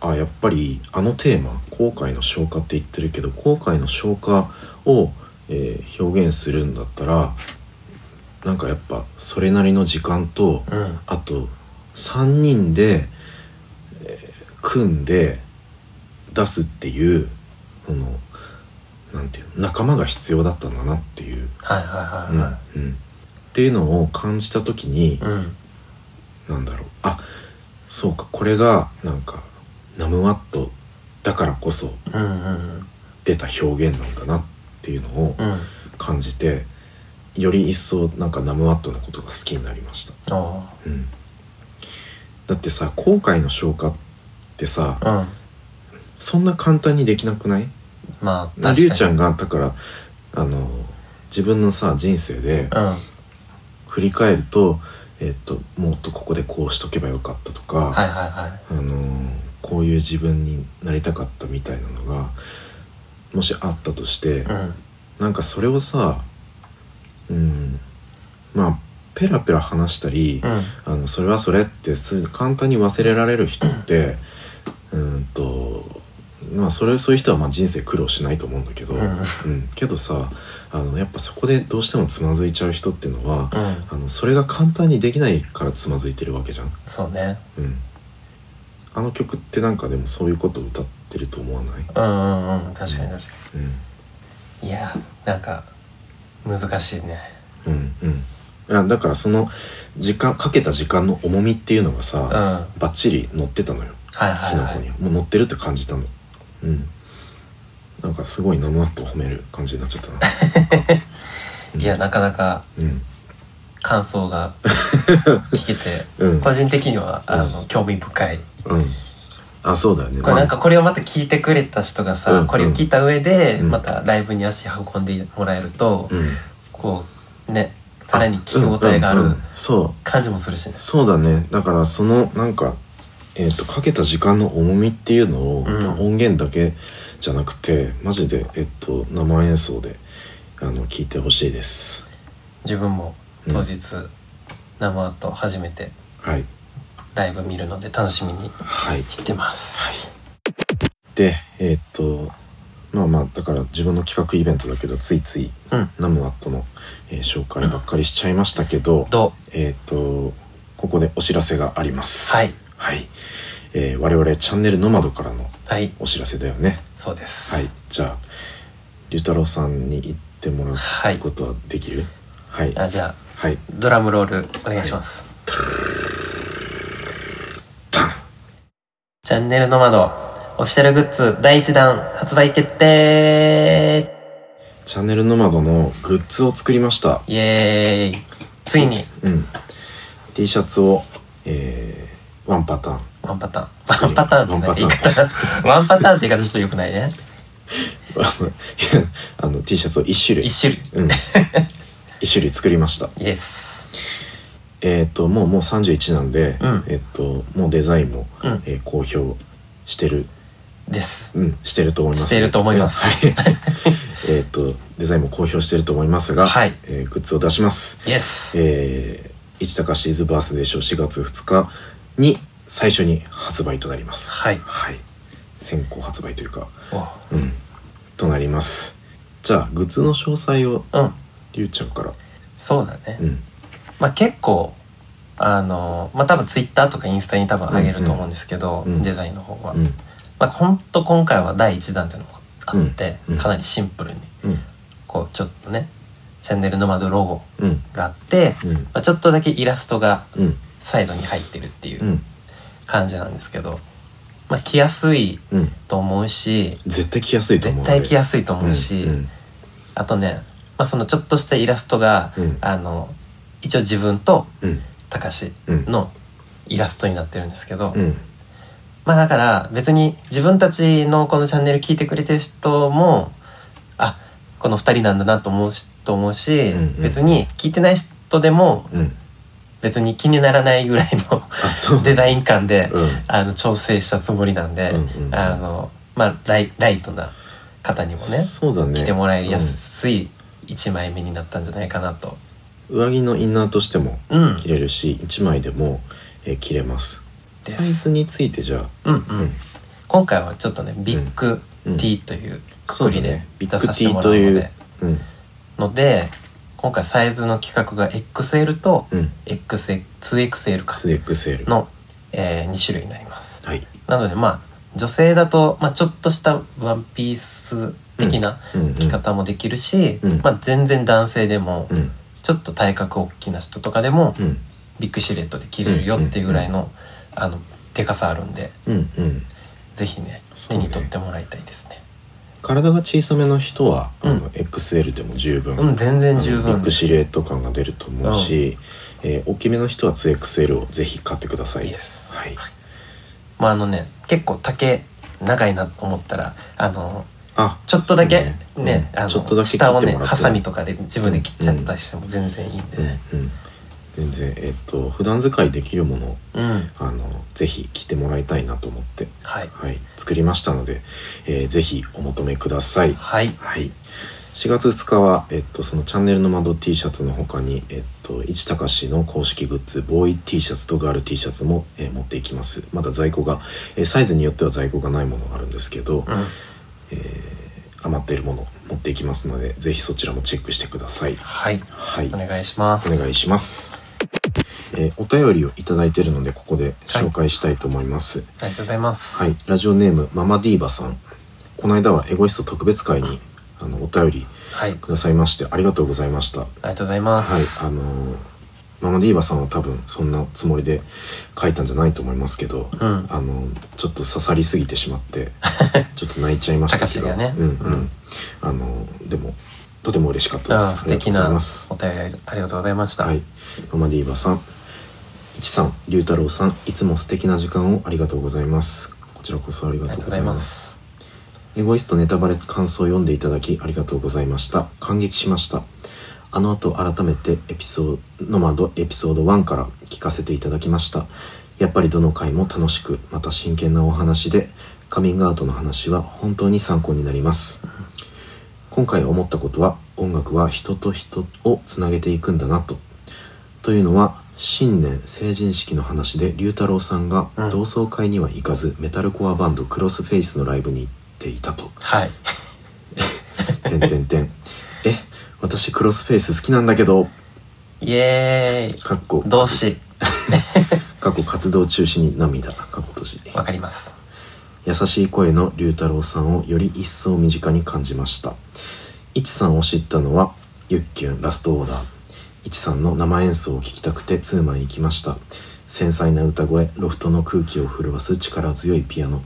A: あやっぱりあのテーマ「後悔の消化」って言ってるけど後悔の消化を、えー表現するんだったらなんかやっぱそれなりの時間と、
B: うん
A: あと3人で、えー組んで出すっていうそのなんていうの仲間が必要だったんだなっていう、
B: はいは
A: う
B: い
A: ん
B: は
A: うん、っていうのを感じた時に
B: いはい、うん
A: なんだろうあそうかこれがなんかナムワットだからこそ
B: うんうん
A: 出た表現なんだなっていうのを
B: うんうん
A: 感じてより一層なんかナムワットのことが好きになりました。
B: お
A: う
B: ー
A: んだってさ後悔の消化ってさ
B: うん
A: そんな簡単にできなくない
B: まあ確か
A: な
B: に
A: りゅうちゃんがだからあの自分のさ人生で
B: うん
A: 振り返ると,、えっともっとここでこうしとけばよかったとか、
B: はいはいはい
A: あのこういう自分になりたかったみたいなのがもしあったとして、
B: うん
A: なんかそれをさうんまあペラペラ話したり、
B: うん
A: あのそれはそれってす簡単に忘れられる人ってうーんとまあそれそういう人はまあ人生苦労しないと思うんだけど、
B: うん
A: うんけどさあのやっぱそこでどうしてもつまずいちゃう人っていうのは、
B: うん
A: あのそれが簡単にできないからつまずいてるわけじゃん。
B: そうね
A: うん、あの曲ってなんかでもそういうことを歌ってると思わない、
B: うんうんうん確かに確か
A: うん
B: にいやーなんか難しいね
A: うんうんいやだからその時間かけた時間の重みっていうのが
B: うんは
A: さ、バッチリ乗ってたのよ。
B: いは
A: 火
B: い
A: の
B: は
A: 粉に
B: い
A: はもう乗ってるって感じたのうんなんかすごい生ワッと褒める感じになっちゃった なうん
B: いやなかなか
A: うん
B: 感想が聞けて、
A: うん
B: 個人的にはあの興味深い
A: うんあそうだよね
B: これなん
A: ま
B: かこれをまた聞いてくれた人がさ、
A: うん
B: これを聞いた上で
A: うん
B: またライブに足運んでもらえると、
A: あうん
B: こうねさらに聞き応えがあ
A: うんうんう
B: る
A: んそ
B: 感じもするしね
A: う、そうだねだからそのなんかえー、とかけた時間の重みっていうのを、
B: うん
A: 音源だけじゃなくてマジで、えっと生演奏であの聞いてほしいです
B: 自分も当日、生アート初めて
A: はい
B: ライブ見るので楽しみに
A: はい
B: してます、
A: でえーっとまあまあだから自分の企画イベントだけどついつい
B: うん
A: ナムワットの、えー紹介ばっかりしちゃいましたけど、
B: どう
A: えーっとここでお知らせがあります
B: はい、
A: はいえー我々チャンネルノマドからの
B: はい
A: お知らせだよね
B: そうです
A: はいじゃあ龍太郎さんに言ってもら
B: は
A: う
B: い
A: ことはできるはいはい、
B: あじゃあドラムロールお願いします、
A: ダン
B: チャンネルの窓オフィシャルグッズ第1弾発売決定
A: チャンネルノマドのグッズを作りました
B: イエーイついに
A: うん、T シャツを、えーワンパターン
B: ワンパターン
A: 作
B: ワ
A: る
B: ンパターンってなんか言い方ワンパターンって言い方ちょっとよくないね
A: あのいやあの T シャツを1種類
B: 一種類
A: うん、1種類作りました
B: イエス
A: えっ、ともうもう31なんで、
B: うん
A: えっ、ともうデザインも、
B: うん
A: えー公表してる
B: です
A: うんしてると思います
B: してると思います
A: うんはいえっとデザインも公表してると思いますが、
B: はい
A: えーグッズを出します
B: イエス
A: えー、市高シーズバースデーショー4月2日に最初に発売となります
B: はい
A: はい先行発売というか
B: お
A: うんとなりますじゃあグッズの詳細を
B: うん
A: りゅうちゃんから
B: そうだね
A: うん
B: まあ結構あのまあ多分ツイッターとかインスタに多分上げると思うんですけど、
A: うんうん
B: デザインの方は、
A: うん
B: まあほんと今回は第1弾っていうのもあって、
A: うんうん
B: かなりシンプルに
A: うん
B: こうちょっとねチャンネルの窓ロゴ
A: うん
B: があって、
A: うん
B: まあ、ちょっとだけイラストが
A: うん
B: サイドに入ってるっていう
A: うん
B: 感じなんですけど、まあ、来やすい
A: うん
B: と思うし
A: 絶対来やすいと思う
B: 絶対来や
A: す
B: すいと思うし、
A: うん
B: あとね、まあ、そのちょっとしたイラストが、
A: うん
B: あの一応自分と
A: うん
B: たかし
A: うん
B: のイラストになってるんですけど、
A: うん
B: まあだから別に自分たちのこのチャンネル聞いてくれてる人もあこの2人なんだなと思うしと思うし、
A: うんうん
B: 別に聞いてない人でも
A: うん
B: 別に気にならないぐらい
A: あそう
B: の デザイン感で、
A: うん
B: あの調整したつもりなんで、
A: うんうんうん
B: あのまあライライトな方にもね
A: そうだね
B: 来てもらいやすい1枚目になったんじゃないかなと。
A: うん上着のインナーとしても
B: うん、
A: 着れるし1枚でも、えー着れます
B: です
A: サイズについてじゃ
B: うん、
A: あ
B: うん今回はちょっとねビッグ T というく
A: そ
B: く
A: うだ
B: りで
A: ねビ
B: 出
A: ッグ
B: させ
A: T
B: てもら
A: と
B: う
A: い
B: の
A: う
B: で、
A: うん
B: ので今回サイズの企画が XL と
A: うん
B: XL2XL か
A: 2XL
B: の、え2種類になります
A: はい
B: なのでまあ女性だと、まあ、ちょっとしたワンピース的な
A: うんうん
B: 着方もできるし、
A: うん
B: まあ、全然男性でも、
A: うん
B: ちょっと体格大きな人とかでも、
A: うん
B: ビッグシルエットで着れるよっていうぐらいの、あのでかさあるんで
A: うんうん
B: ぜひね
A: そ
B: 手
A: うね
B: に取ってもらいたいですね
A: 体が小さめの人は、
B: うん
A: あの XL でも十分、
B: うん全然
A: あ
B: 十
A: のビ
B: 分
A: ッグシルエット感が出ると思うし、えー大きめの人は 2XL をぜひ買ってください
B: イエス
A: はい、
B: まああのね結構丈長いなと思ったらあの
A: あ
B: ちょっとだけね
A: そううん
B: あ
A: ちょっとだけ切って
B: の下
A: もらっ
B: を
A: て
B: ね
A: も
B: ハサミとかで自分で切っちゃったりしても全然いいんでね
A: うんうん全然えっと普段使いできるものを
B: うん、
A: あのぜひ着てもらいたいなと思って
B: はい
A: はい作りましたので、えーぜひお求めください
B: はい
A: はい4月2日は、えっと、そのチャンネルの窓 T シャツの他に、えっと、市高氏の公式グッズ、ボーイ T シャツとガール T シャツも、えー持っていきます。まだ在庫が、えーサイズによっては在庫がないものがあるんですけど、
B: うん
A: 余っているもの持っていきますので、ぜひそちらもチェックしてください。
B: はい
A: はい。
B: お願いしま
A: お
B: す
A: 願いします。えーお便りをいただいているので、ここで紹介したいと思います。
B: ありがとうございます
A: はい、ラジオネームママディーバさん。この間はエゴイスト特別会にあのお便り
B: はい
A: くださいましてありがとうございました。はい、
B: ありがとうございます、
A: あのーママディーバさんは多分そんなつもりで書いたんじゃないと思いますけど、
B: うん
A: あのーちょっと刺さりすぎてしまって ちょっと泣いちゃいましたけど、
B: 高橋がね
A: うんう
B: うん
A: ん、あのーでもとても嬉しかった
B: あ
A: です。あ
B: 素
A: りがと
B: 敵
A: うござ
B: ないお
A: ます。
B: 便りありありがとうございました、
A: はい、ママディーバさん、いちさん、龍太郎さん、いつも素敵な時間をありがとうございます。こちらこそありがとうございます。エゴイストネタバレ感想を読んでいただきありがとうございました。感激しました。あの後改めてエピソード、ノマドエピソード1から聞かせていただきました。やっぱりどの回も楽しく、また真剣なお話で、カミングアウトの話は本当に参考になります。今回思ったことは音楽は人と人をつなげていくんだなと。というのは新年成人式の話で龍太郎さんが
B: うん
A: 同窓会には行かず、メタルコアバンドクロスフェイスのライブに行っていたと。
B: はい、
A: てんてんて ん。え私クロスフェイス好きなんだけど。
B: イエーイ
A: かっこ
B: 動詞
A: 過去活動中止に涙。過去閉じ。
B: わかります
A: 優しい声の龍太郎さんをより一層身近に感じましたいちさんを知ったのはゆっきゅんラストオーダーいちさんの生演奏を聴きたくてツーマン行きました繊細な歌声ロフトの空気を震わす力強いピアノ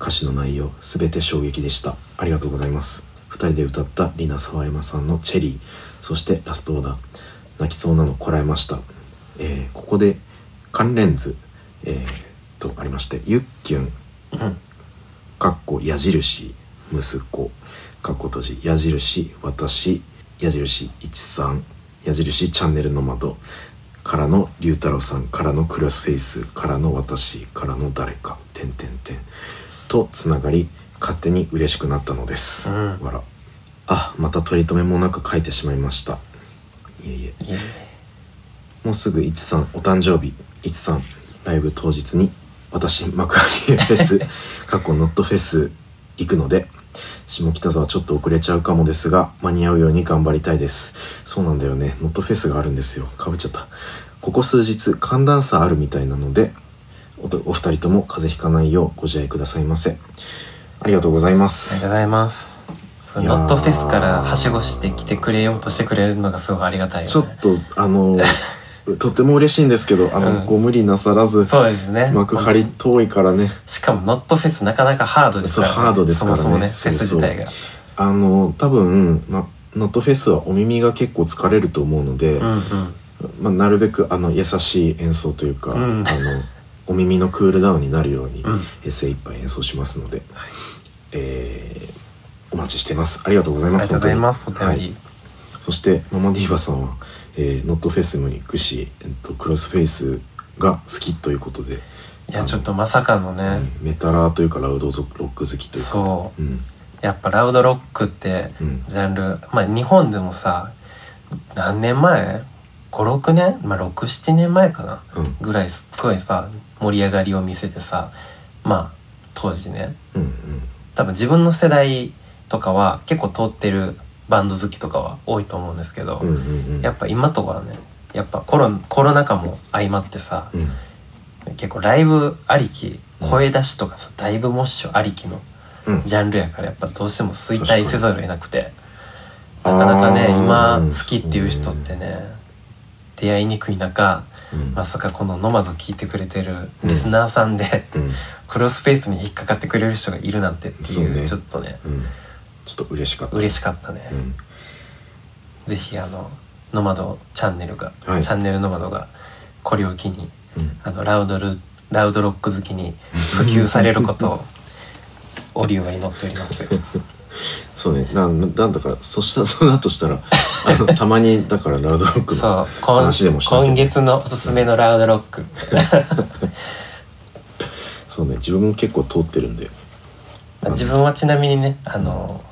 A: 歌詞の内容すべて衝撃でしたありがとうございます2人で歌ったリナ沢山さんの「チェリー」そしてラストオーダー泣きそうなのこらえました、えーここで関連図、えーとありましてゆっきゅん
B: うん
A: かっこ矢印息子かっこ閉じ矢印私矢印13矢印チャンネルの窓からの龍太郎さんからのクロスフェイスからの私からの誰か点点点とつながり勝手に嬉しくなったのです、
B: うん
A: わらあまた取り留めもなく書いてしまいましたいえいえ
B: イエーイ
A: もうすぐいちさんお誕生日いちさんライブ当日に私幕張フェ ス過去ノットフェス行くので下北沢ちょっと遅れちゃうかもですが間に合うように頑張りたいですそうなんだよねノットフェスがあるんですよかぶっちゃったここ数日寒暖差あるみたいなのでおとお二人とも風邪ひかないようご自愛くださいませありがとうございま
B: ありが
A: す
B: とうございます。
A: いやー
B: ノットフェスからはしごしてきてくれようとしてくれるのがすごいありがたいよ、ね。
A: ちょっとあの とても嬉しいんですけどあの、
B: うん
A: ご無理なさらず
B: そうですね
A: 幕張遠いからね
B: しかもノットフェスなかなかハードですから、
A: そうハードですからね
B: そもそもね
A: そうそう
B: フェス自体が
A: あの多分、ま、ノットフェスはお耳が結構疲れると思うので、
B: うんうん
A: ま、なるべくあの優しい演奏というか、
B: うん
A: あのお耳のクールダウンになるように、
B: うん
A: え精一杯演奏しますので、えーお待ちしてますありがとうござい
B: あり
A: ま
B: が
A: す
B: とうございますお
A: 本当
B: 便
A: にはい
B: り、
A: そしてママディーバさんは、えーノットフェスムにグシ、えっと、クロスフェイスが好きということで
B: い、やちょっとまさかのね、
A: うんメタラーというかラウドロック好きというか、
B: そう
A: ん、
B: やっぱラウドロックって
A: うん
B: ジャンル、まあ日本でもさ何年前56年まあ67年前かな
A: うん
B: ぐらいすっごいさ盛り上がりを見せてさまあ当時ね
A: うん
B: 多分自分の世代とかは結構通ってるバンド好きとかは多いと思うんですけど、
A: うんうんうんうん
B: やっぱ今とかはねやっぱコロコロナ禍も相まってさ、
A: うん
B: 結構ライブありき
A: うん
B: 声出しとかさだいぶモッシュありきの
A: うん
B: ジャンルやからやっぱどうしても衰退せざるを得なくて
A: 確かに
B: なかなかね
A: あー
B: 今
A: うん
B: 好きっていう人ってね出会いにくい中
A: うん
B: まさかこの「ノマド」聞いてくれてるリスナーさんで、
A: うん
B: クロスペースに引っかかってくれる人がいるなんてって
A: そう
B: いう
A: ね
B: ちょっとね
A: うんちょっと嬉しかった
B: 嬉しかったね、
A: うん
B: ぜひあの「ノマド」チャンネルが、
A: はい
B: チャンネルノマドがこれを機に
A: うん
B: あのラウドルラウドロック好きに普及されることをオリオは祈っており ますよ
A: そうねなんなんだからそしたらそうだとした らあのたまにだからラウドロック
B: そ
A: の
B: う今
A: 話でもしたけど
B: 今月のおすすめのラウドロッ ク
A: そうね自分も結構通ってるんで
B: 自分はちなみにねあの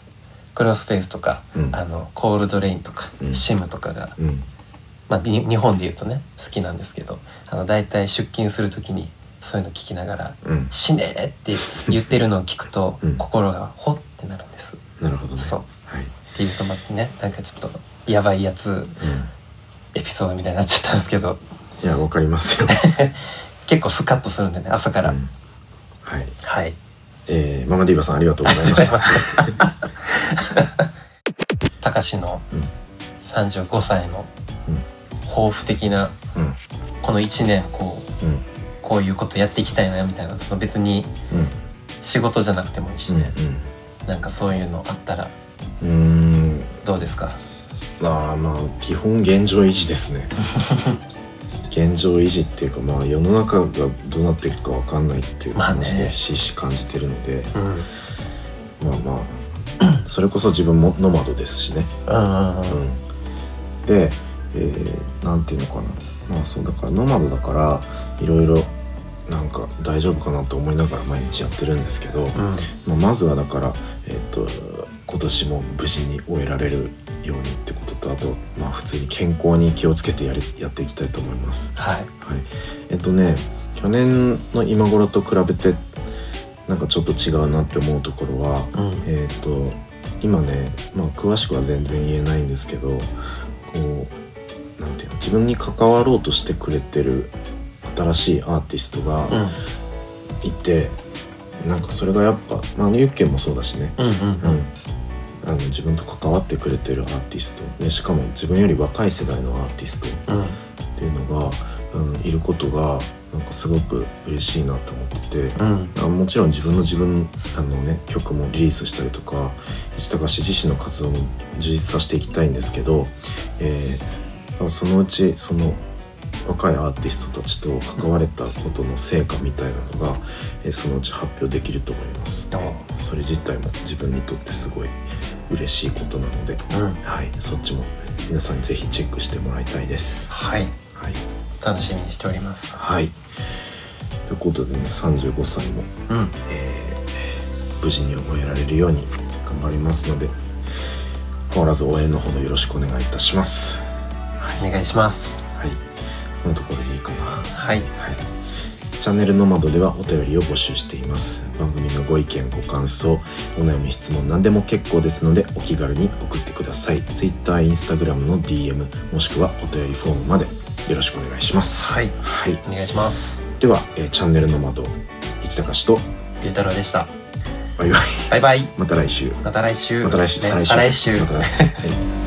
B: クロスペースとか、
A: うん
B: あのコールドレインとか、
A: うん
B: シムとかが、
A: うん
B: まあ、に日本で言うとね好きなんですけどあの大体出勤する時にそういうの聞きながら「
A: うん
B: 死ね!」って言ってるのを聞く と、
A: うん
B: 心がほってなるんです。
A: なるほどね
B: そう
A: はい
B: っていうとまたねなんかちょっとやばいやつ
A: うん
B: エピソードみたいになっちゃったんですけど
A: いやわかりますよ
B: 結構スカッとするんでね朝から、
A: うんはい
B: はい
A: えーママディーバさんありがとう
B: あ
A: ご
B: り
A: ざ
B: が
A: い
B: とう
A: ま
B: ござ
A: し
B: い
A: た
B: ま したたかしの
A: うん
B: 35歳の抱負的な
A: うん
B: この1年こう
A: うん
B: こういうことやっていきたいなみたいなその別に
A: うん
B: 仕事じゃなくてもいいしね、なんかそういうのあったら
A: うんうんうーん
B: どうですか
A: あーまあ基本現状維持です ね現状維持っていうかまあ世の中がどうなっていくかわかんないっていう
B: まあ
A: 感
B: ね
A: じでひしひし感じてるので、
B: うんうん
A: まあまあ それこそ自分もノマドですしね、
B: うんうんうん
A: うん、で、えーなんていうのかなまあそうだからノマドだからいろいろなんか大丈夫かなと思いながら毎日やってるんですけど、
B: うん
A: まあ、まずはだから、えっと今年も無事に終えられるようにってこととあと、まあ、普通に健康に気をつけてやりやっていきたいと思います。
B: はい
A: はい、えっとね去年の今頃と比べてなんかちょっと違うなって思うところは、
B: うん
A: えっと今ね、まあ、詳しくは全然言えないんですけどこうなんていうの自分に関わろうとしてくれてる新しいアーティストが、
B: うん
A: いてなんかそれがやっぱ、まあ、ユッケもそうだしね、
B: うん
A: うん、あの自分と関わってくれてるアーティストでしかも自分より若い世代のアーティストっ
B: うんうん
A: ていうのが、うん、いることがなんかすごく嬉しいなと思ってて。
B: うん
A: あもちろん自分の自分あの、ね、曲もリリースしたりとか石高氏自身の活動も充実させていきたいんですけど、えーそのうちその若いアーティストたちと関われたことの成果みたいなのが、えーそのうち発表できると思います、
B: お
A: えーそれ自体も自分にとってすごい嬉しいことなので、
B: うん
A: はい、そっちも皆さんぜひチェックしてもらいたいです。
B: はい
A: はい、
B: 楽しみにしております
A: はい、ということでね35歳も
B: うん
A: えー無事に覚えられるように頑張りますので変わらず応援のほどよろしくお願いいたします
B: お願いします
A: はいこのところでいいかなは
B: はい
A: いチャンネルの窓ではお便りを募集しています番組のご意見ご感想お悩み質問何でも結構ですのでお気軽に送ってください Twitter、Instagram の DM もしくはお便りフォームまでよろしくお願いします
B: はい
A: はい
B: お願いします
A: では、えーチャンネルの窓市高氏と
B: ゆうたろうでした
A: バイバイ
B: バイバイ
A: また来週
B: また来週
A: また来週、
B: ね
A: 再来週
B: 再来週
A: また来週